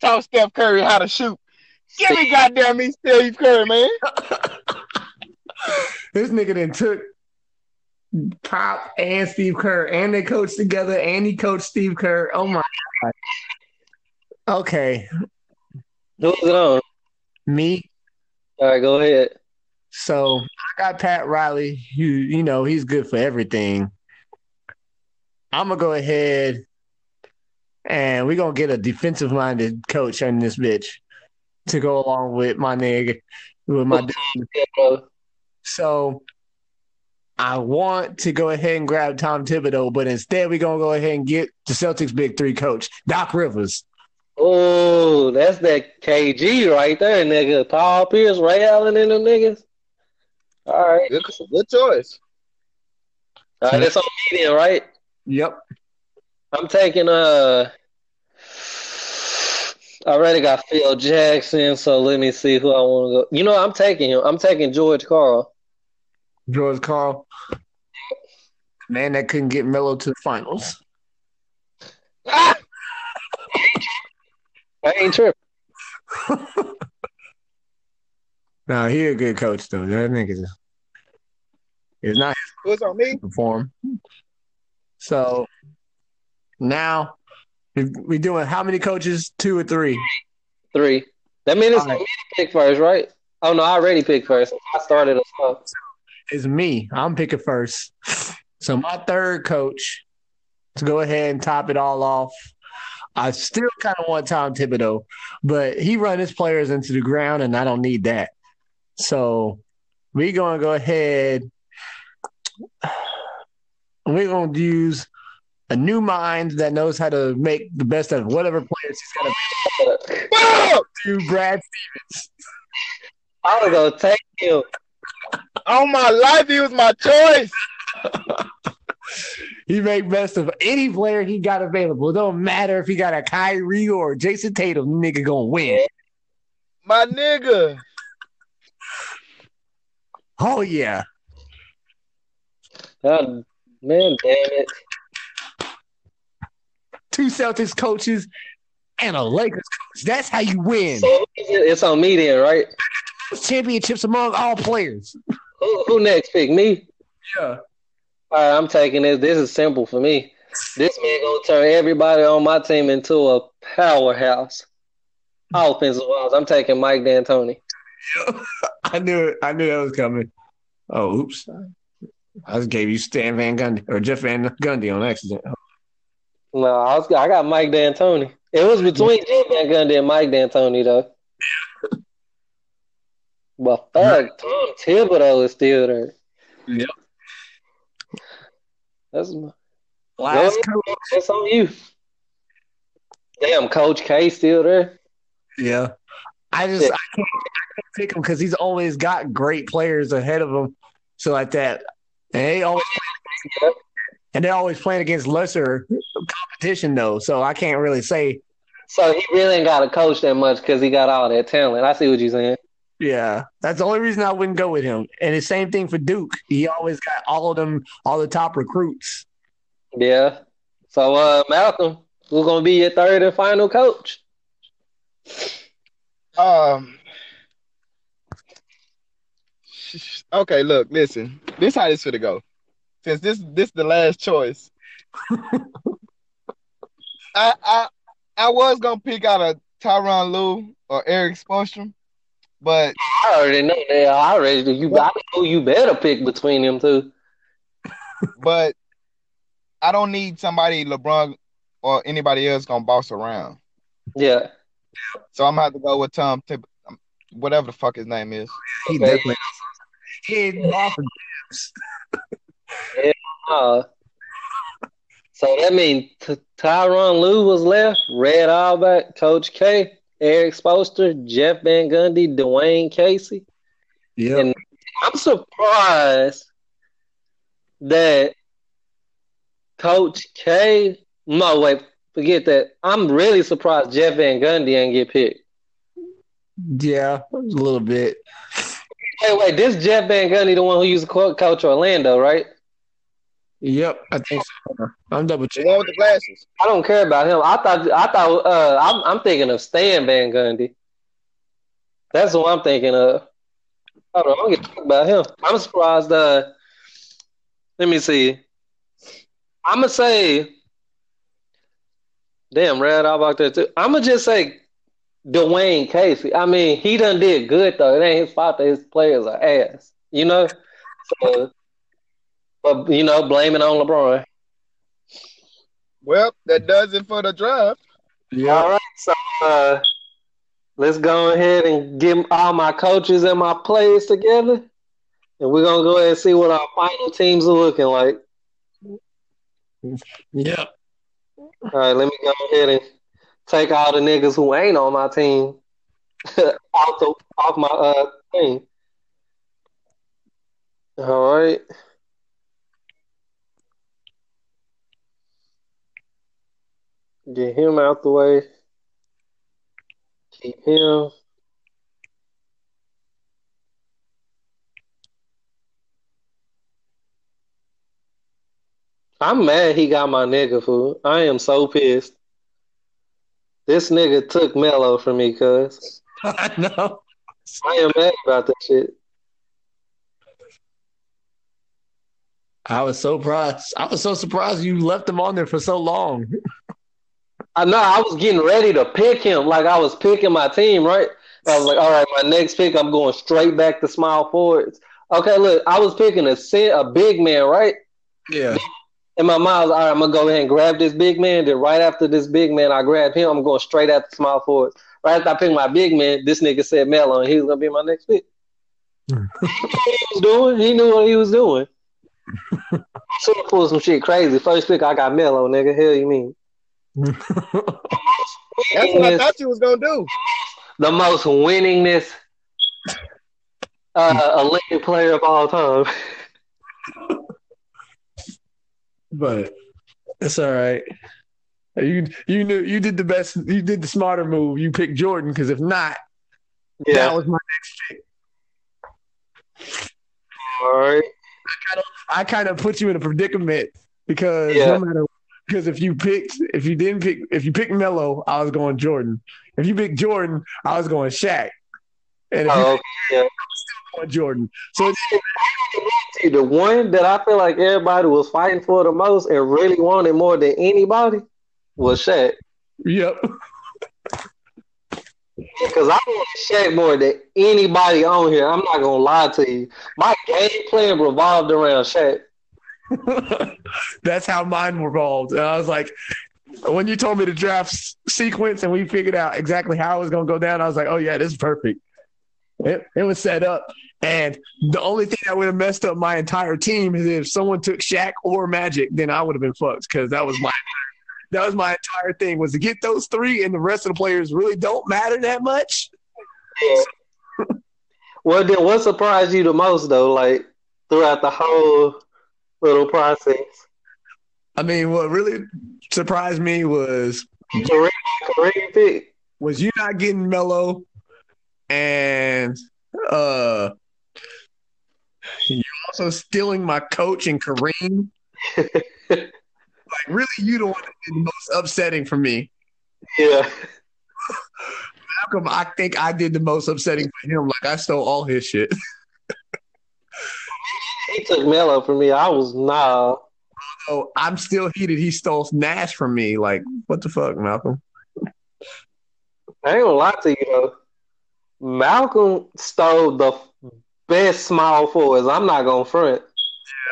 taught Steph Curry how to shoot. Give me goddamn me Steve Curry, man.
This nigga then took Pop and Steve Kerr, and they coached together, and he coached Steve Kerr. Oh my god. Okay,
Who is it on?
me.
All right, go ahead.
So I got Pat Riley. You you know he's good for everything. I'm gonna go ahead, and we're gonna get a defensive minded coach on this bitch to go along with my nigga with my
Yeah, bro.
So I want to go ahead and grab Tom Thibodeau, but instead we're gonna go ahead and get the Celtics big three coach, Doc Rivers.
Oh, that's that KG right there, nigga. Paul Pierce, Ray Allen, and them niggas. All right.
Good, good choice.
All right, that's on me then, right?
Yep.
I'm taking uh I already got Phil Jackson, so let me see who I want to go. You know, I'm taking him. I'm taking George Carl.
George Carl. Man that couldn't get Melo to the finals.
Ah! I ain't tripping.
Now he a good coach though. That nigga is not
Who's on me?
perform. So now we're doing how many coaches? Two or three?
Three. That means it's
All
on me
right.
to pick first, right? Oh no, I already picked first. I started us off.
It's me. I'm picking first. So my third coach to go ahead and top it all off. I still kind of want Tom Thibodeau, but he run his players into the ground, and I don't need that. So we're gonna go ahead. [SIGHS] We're gonna use a new mind that knows how to make the best of whatever players he's got to
Boom!
do. Brad
I was gonna take him.
On my life, he was my choice.
He make best of any player he got available. It don't matter if he got a Kyrie or Jason Tatum, nigga gonna win.
My nigga.
Oh yeah.
Oh, man, damn it.
Two Celtics coaches and a Lakers coach. That's how you win.
So it's on me then, right?
Championships among all players.
Who, who next pick me?
Yeah.
All right, I'm taking this. This is simple for me. This man gonna turn everybody on my team into a powerhouse. Offensive wise, I'm taking Mike D'Antoni.
I knew it. I knew that was coming. Oh, oops. I just gave you Stan Van Gundy or Jeff Van Gundy on accident.
No, I, was, I got Mike D'Antoni. It was between Jeff Van Gundy and Mike D'Antoni, though. But fuck, Tom Thibodeau is still there.
Yep.
That's my-
Last coach.
that's on you. Damn, Coach K still there.
Yeah. I just I can't, I can't pick him because he's always got great players ahead of him. So like that. And they [LAUGHS] always and they're always playing against lesser competition though. So I can't really say
So he really ain't got to coach that much because he got all that talent. I see what you're saying.
yeah. That's the only reason I wouldn't go with him. And the same thing for Duke. He always got all of them, all the top recruits.
Yeah. So, uh, Malcolm, who's gonna be your third and final coach?
Um. Okay, look, listen. This how this finna go. Since this this the last [LAUGHS] choice. I I I was gonna pick out a Tyron Lue or Eric Spolstrom, but
I already know that. I already do. You, I know you better pick between them two.
but I don't need somebody LeBron or anybody else gonna boss around.
Yeah.
So I'm gonna have to go with Tom Tib- whatever the fuck his name is.
He
Okay.
definitely he ain't offered
Uh, so that means T- Tyron Lue was left, Red Albert, Coach K, Eric Spoelstra, Jeff Van Gundy, Dwayne Casey.
yeah.
I'm surprised that Coach K. No, wait, forget that. I'm really surprised Jeff Van Gundy ain't get picked.
Yeah, a little bit.
Wait, wait, this Jeff Van Gundy, the one who used to co- coach Orlando, right?
Yep, I think so. I'm double
The
checking. [LAUGHS]
one with the glasses.
I don't care about him. I thought, I thought, uh, I'm, I'm thinking of Stan Van Gundy. That's what I'm thinking of. Hold on, I'm gonna talk about him. I'm surprised. Uh, let me see. I'm gonna say, damn, Red Auerbach there too. I'm gonna just say Dwayne Casey. I mean, he done did good though. It ain't his fault that his players are ass, you know. So, but you know, blame it on LeBron.
Well, that does it for the draft.
Yeah.
All right, so uh, let's go ahead and get all my coaches and my players together. And we're gonna go ahead and see what our final teams are looking like.
Yep.
All right, let me go ahead and take all the niggas who ain't on my team [LAUGHS] off the off my uh thing. All right. Get him out the way. Keep him. I'm mad he got my nigga, fool. I am so pissed. This nigga took Mello from me, cuz.
I know.
I am mad about that shit.
I was so surprised. I was so surprised you left him on there for so long.
I know I was getting ready to pick him, like I was picking my team, right? I was like, all right, my next pick, I'm going straight back to small forwards. Okay, look, I was picking a cent, a big man, right?
Yeah.
In my mind, I was, all right, I'm gonna go ahead and grab this big man. Then right after this big man, I grab him. I'm going straight after small forwards. Right after I pick my big man, this nigga said Melo, and he was gonna be my next pick. he knew what he was doing. He knew what he
[LAUGHS]
was doing. I should have pulled some shit crazy. First pick, I got Melo, nigga. Hell, you mean?
[LAUGHS] That's what I thought you was gonna do.
the most winningest uh, Olympic player of all time.
but it's all right. You you knew you did the best. You did the smarter move. You picked Jordan because if not, that
[LAUGHS] Yeah.
was my.
All right.
I kind of put you in a predicament because
Yeah.
no matter because if you picked if you didn't pick if you picked Melo, I was going Jordan. If you picked Jordan, I was going Shaq. And if you
Oh,
picked going Jordan, so it-
okay. The one that I feel like everybody was fighting for the most and really wanted more than anybody was Shaq.
yep,
Because I want Shaq more than anybody on here. I'm not going to lie to you. My game plan revolved around Shaq.
[LAUGHS] that's how mine revolved. And I was like, when you told me the draft s- sequence and we figured out exactly how it was going to go down, I was like, oh yeah, this is perfect. It, it was set up. And the only thing that would have messed up my entire team is if someone took Shaq or Magic, then I would have been fucked because that was my that was my entire thing was to get those three and the rest of the players really don't matter that much.
[LAUGHS] Well, then what surprised you the most, though, like throughout the whole little process?
I mean, what really surprised me was
Kareem, Kareem pick.
was you not getting mellow and uh you also stealing my coach and Kareem. like really you the one that did the most upsetting for me.
Yeah. [LAUGHS]
How come I think I did the most upsetting for him? Like I stole all his shit. [LAUGHS]
He took Melo for me. I was nah.
So I'm still heated. He stole Nash from me. Like, what the fuck, Malcolm?
I ain't gonna lie to you though. Malcolm stole the best small forwards. I'm not gonna front.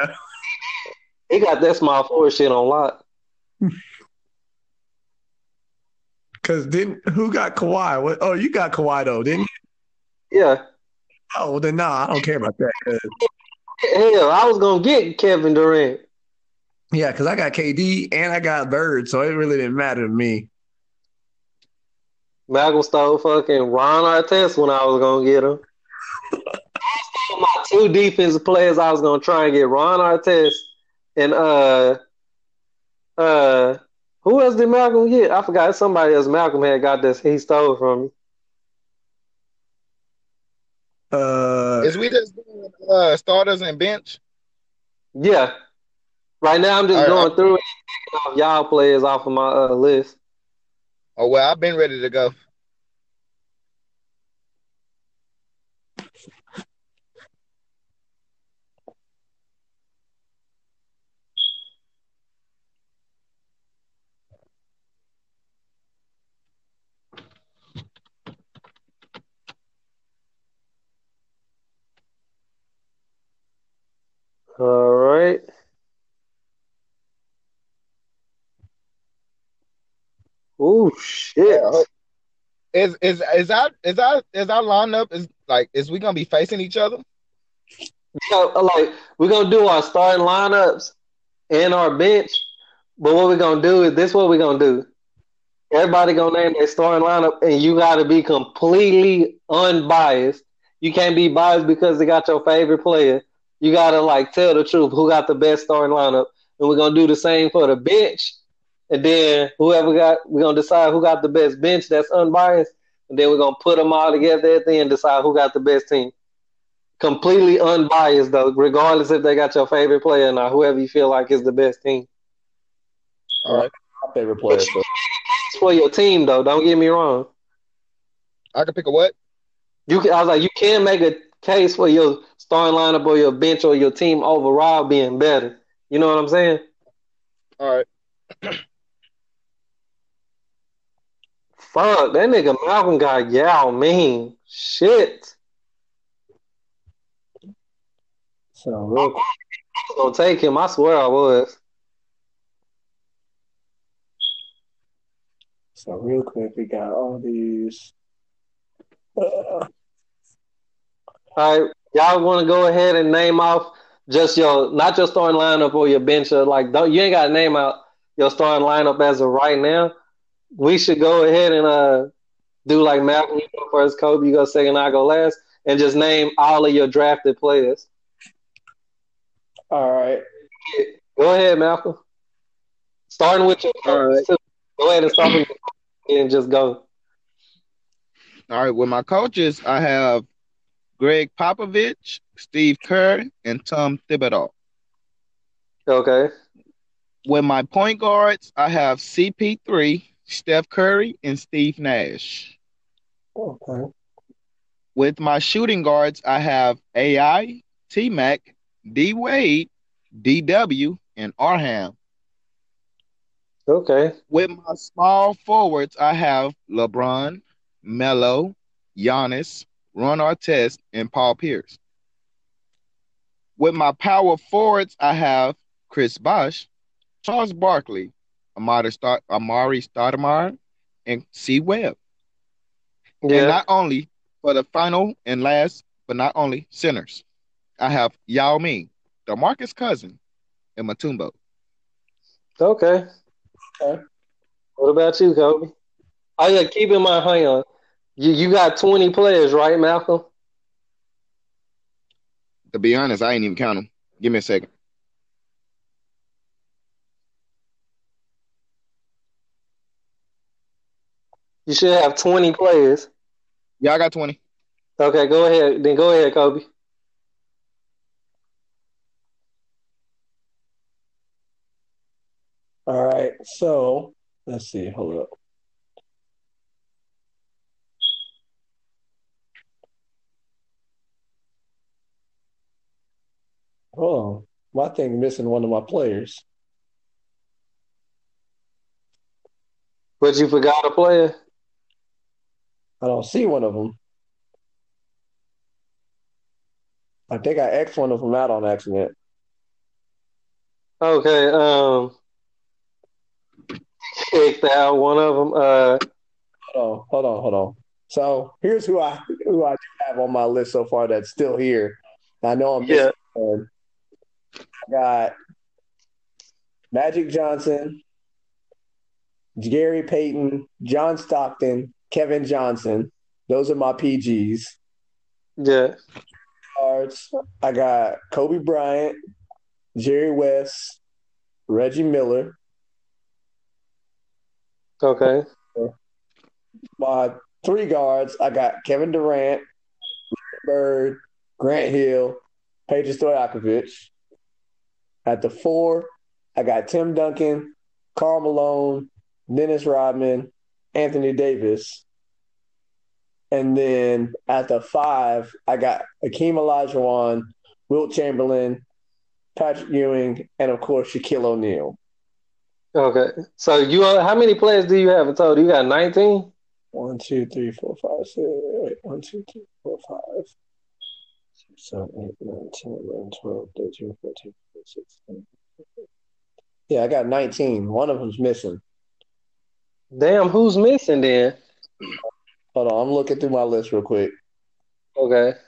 Yeah.
He got that small forward shit on lock.
Cause didn't who got Kawhi? What oh you got Kawhi though, didn't you?
Yeah.
Oh well, then nah, I don't care about that. 'cause-
Hell, I was gonna get Kevin Durant.
yeah, because I got KD and I got Bird, so it really didn't matter to me.
Malcolm stole fucking Ron Artest when I was gonna get him. I stole my two defensive players. I was gonna try and get Ron Artest and uh uh who else did Malcolm get? I forgot somebody else Malcolm had got this he stole from me.
Uh,
Is we just doing uh, starters and bench?
Yeah. Right now, I'm just
All right,
going through it and picking off y'all players off of my uh, list.
Oh well, I've been ready to go.
All right. Oh shit!
Yeah. Is is is our is our is our lineup is like is we gonna be facing each other?
like we're gonna do our starting lineups and our bench, but what we're gonna do is this: what we're gonna do. Everybody gonna name their starting lineup, and you gotta be completely unbiased. You can't be biased because they got your favorite player. You gotta like tell the truth who got the best starting lineup, and we're gonna do the same for the bench. And then whoever got, we're gonna decide who got the best bench that's unbiased, and then we're gonna put them all together at the end, decide who got the best team. Completely unbiased though, regardless if they got your favorite player or not, whoever you feel like is the best team.
All right.
My favorite player. So.
It's for your team though. Don't get me wrong.
I can pick a what?
You, can, I was like, you can make a case for your starting lineup or your bench or your team overall being better. You know what I'm saying?
All right.
Fuck, that nigga Malcolm got Yao mean. Shit.
So real quick,
I was gonna take him. I swear I was.
so real quick, we got all these. Uh,
All right, y'all want to go ahead and name off just your not your starting lineup or your bench or like don't you ain't got to name out your starting lineup as of right now. We should go ahead and uh do like Malcolm you go first, Kobe you go second, I go last, and just name all of your drafted players.
all right.
Go ahead, Malcolm. Starting with your
All right.
Go ahead and start with your and just go.
All right. With my coaches, I have Greg Popovich, Steve Kerr, and Tom Thibodeau.
Okay.
With my point guards, I have CP3, Steph Curry, and Steve Nash.
Okay.
With my shooting guards, I have AI, T Mac, D Wade, DW, and Arham.
Okay.
With my small forwards, I have LeBron, Melo, Giannis, Ron Artest, and Paul Pierce. With my power forwards, I have Chris Bosh, Charles Barkley, Amari, Star- Amari Stoudemire, and C. Webb.
Yeah.
And not only for the final and last, but not only centers, I have Yao Ming, DeMarcus Cousin, and Matumbo.
Okay.
Okay.
What about you, Kobe? Oh yeah, keep in mind, hang on. You you got twenty players, right, Malcolm?
To be honest, I ain't even count them. Give me a second.
You should have twenty players.
Y'all got 20.
Okay, go ahead. Then go ahead, Kobe.
All right. So let's see. Hold up. Oh, my thing missing one of my players.
But you forgot a player.
I don't see one of them. I think I X one of them out on accident.
Okay. Um, [LAUGHS] kicked out one of them. Uh,
Hold on, hold on, hold on. So here's who I who I do have on my list so far that's still here. I know I'm
yeah.
missing one. I got Magic Johnson, Gary Payton, John Stockton, Kevin Johnson. Those are my PGs.
Yeah.
Cards. I got Kobe Bryant, Jerry West, Reggie Miller.
Okay.
my three guards, I got Kevin Durant, Bird, Grant Hill, Peja Stojakovic. At the four, I got Tim Duncan, Carl Malone, Dennis Rodman, Anthony Davis. And then at the five, I got Akeem Olajuwon, Wilt Chamberlain, Patrick Ewing, and of course Shaquille O'Neal.
Okay. So you how many players do you have in total? You got nineteen.
One, two, three, four, five, six, wait, one, two, three, four, five, six, seven, eight, nine, 10, 11, 12, 13, 14, 15, 16. Yeah, I got 19. One of them's missing.
Damn, who's missing then?
Hold on, I'm looking through my list real quick.
Okay.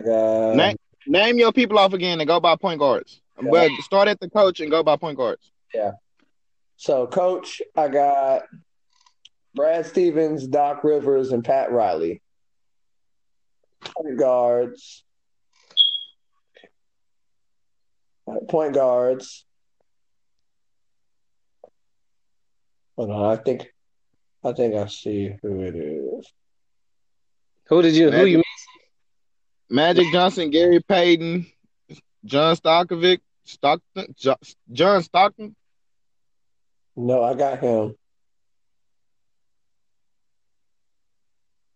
I got
Nick? Name your people off again and go by point guards.
Um, Yeah.
Well, start at the coach and go by point guards.
So, coach, I got Brad Stevens, Doc Rivers, and Pat Riley. Point guards. Point guards. Hold on, I think, I think I see who it is.
Who did you? Who
Magic.
you?
Magic Johnson, Gary Payton, John Stokovic, Stockton, Jo- John Stockton.
No, I got him.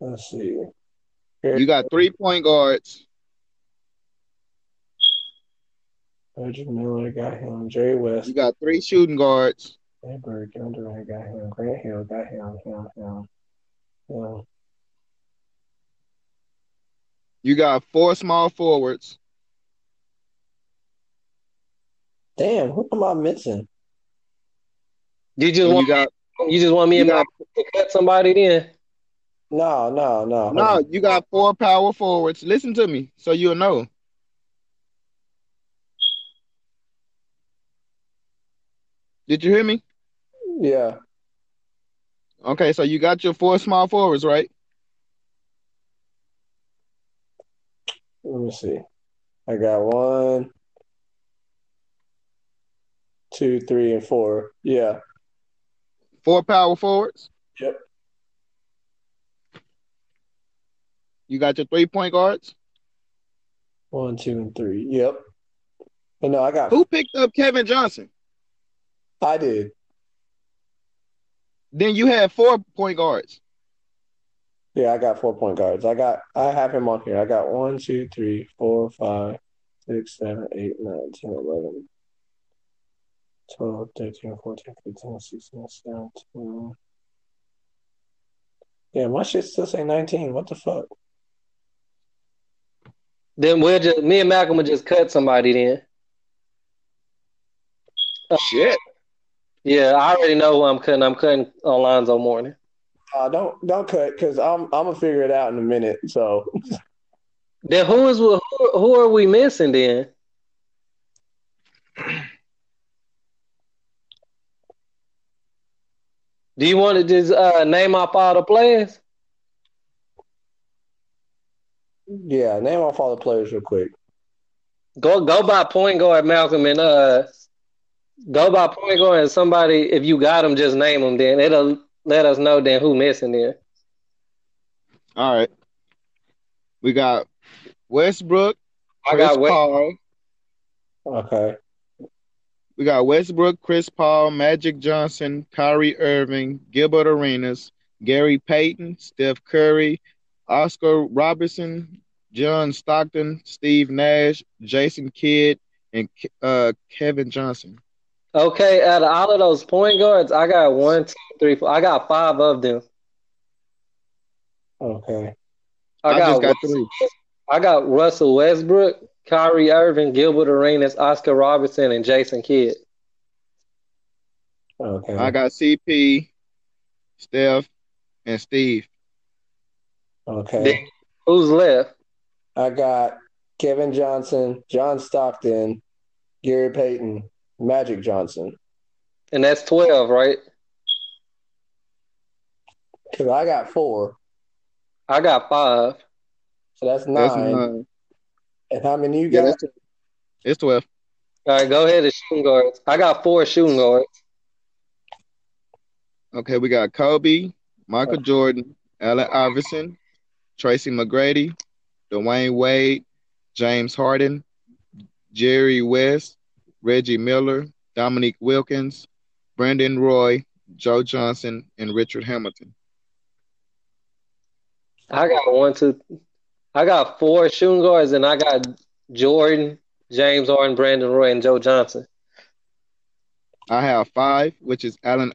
Let's see.
You got three point guards.
Reggie Miller, I got him. Jerry West,
You got three shooting guards.
Edward Gilder, I got him. Grant Hill, got him, him, him. him.
You got four small forwards.
Damn, who am I missing?
You just
And you
want
got
you just want me
you
and
got
to cut somebody then.
No, no, no.
no. You got four power forwards. Listen to me, so you'll know. Did you hear me?
Yeah.
Okay, so you got your four small forwards, right?
Let me see. I got one, two, three, and four. Yeah.
Four power forwards.
Yep.
You got your three point guards.
One, two, and three. Yep. But no, I got.
Who picked up Kevin Johnson?
I did.
Then you had four point guards.
Yeah, I got four point guards. I got. I have him on here. I got one, two, three, four, five, six, seven, eight, nine, ten, eleven, twelve, thirteen, fourteen, fifteen, sixteen, seventeen. Yeah, my shit still say nineteen. What the fuck?
Then we'll just me and Malcolm will just cut somebody then. Oh,
Shit.
Yeah, I already know who I'm cutting. I'm cutting Alonzo Mourning.
Uh, don't don't cut because I'm I'm gonna figure it out in a minute. So
Then who is who? Who are we missing then? Do you want to just uh, name off all the players?
yeah, name off all the players real quick.
Go go by point guard Malcolm and uh go by point guard and somebody if you got them just name them then it'll let us know then who missing then.
All right. We got Westbrook.
I got
Chris
West,
Paul.
Okay,
We got Westbrook, Chris Paul, Magic Johnson, Kyrie Irving, Gilbert Arenas, Gary Payton, Steph Curry, Oscar Robertson, John Stockton, Steve Nash, Jason Kidd, and Ke- uh, Kevin Johnson.
okay. Out of all of those point guards, I got one, two, three, four. I got five of them.
okay.
I,
I got,
just got
Wes-
three.
I got Russell Westbrook, Kyrie Irving, Gilbert Arenas, Oscar Robertson, and Jason Kidd.
Okay.
I got CP, Steph, and Steve.
okay.
Then who's left?
I got Kevin Johnson, John Stockton, Gary Payton, Magic Johnson.
And that's twelve, right?
Cause I got four,
I got five.
so that's nine.
That's nine.
And how many you
Yeah,
got?
that's It's 12.
All right, go ahead and shooting guards. I got four shooting guards.
Okay, we got Kobe, Michael Jordan, Allen Iverson, Tracy McGrady, Dwayne Wade, James Harden, Jerry West, Reggie Miller, Dominique Wilkins, Brandon Roy, Joe Johnson, and Richard Hamilton.
I got one, two. I got four shooting guards, and I got Jordan, James Harden, Brandon Roy, and Joe Johnson.
I have five, which is Allen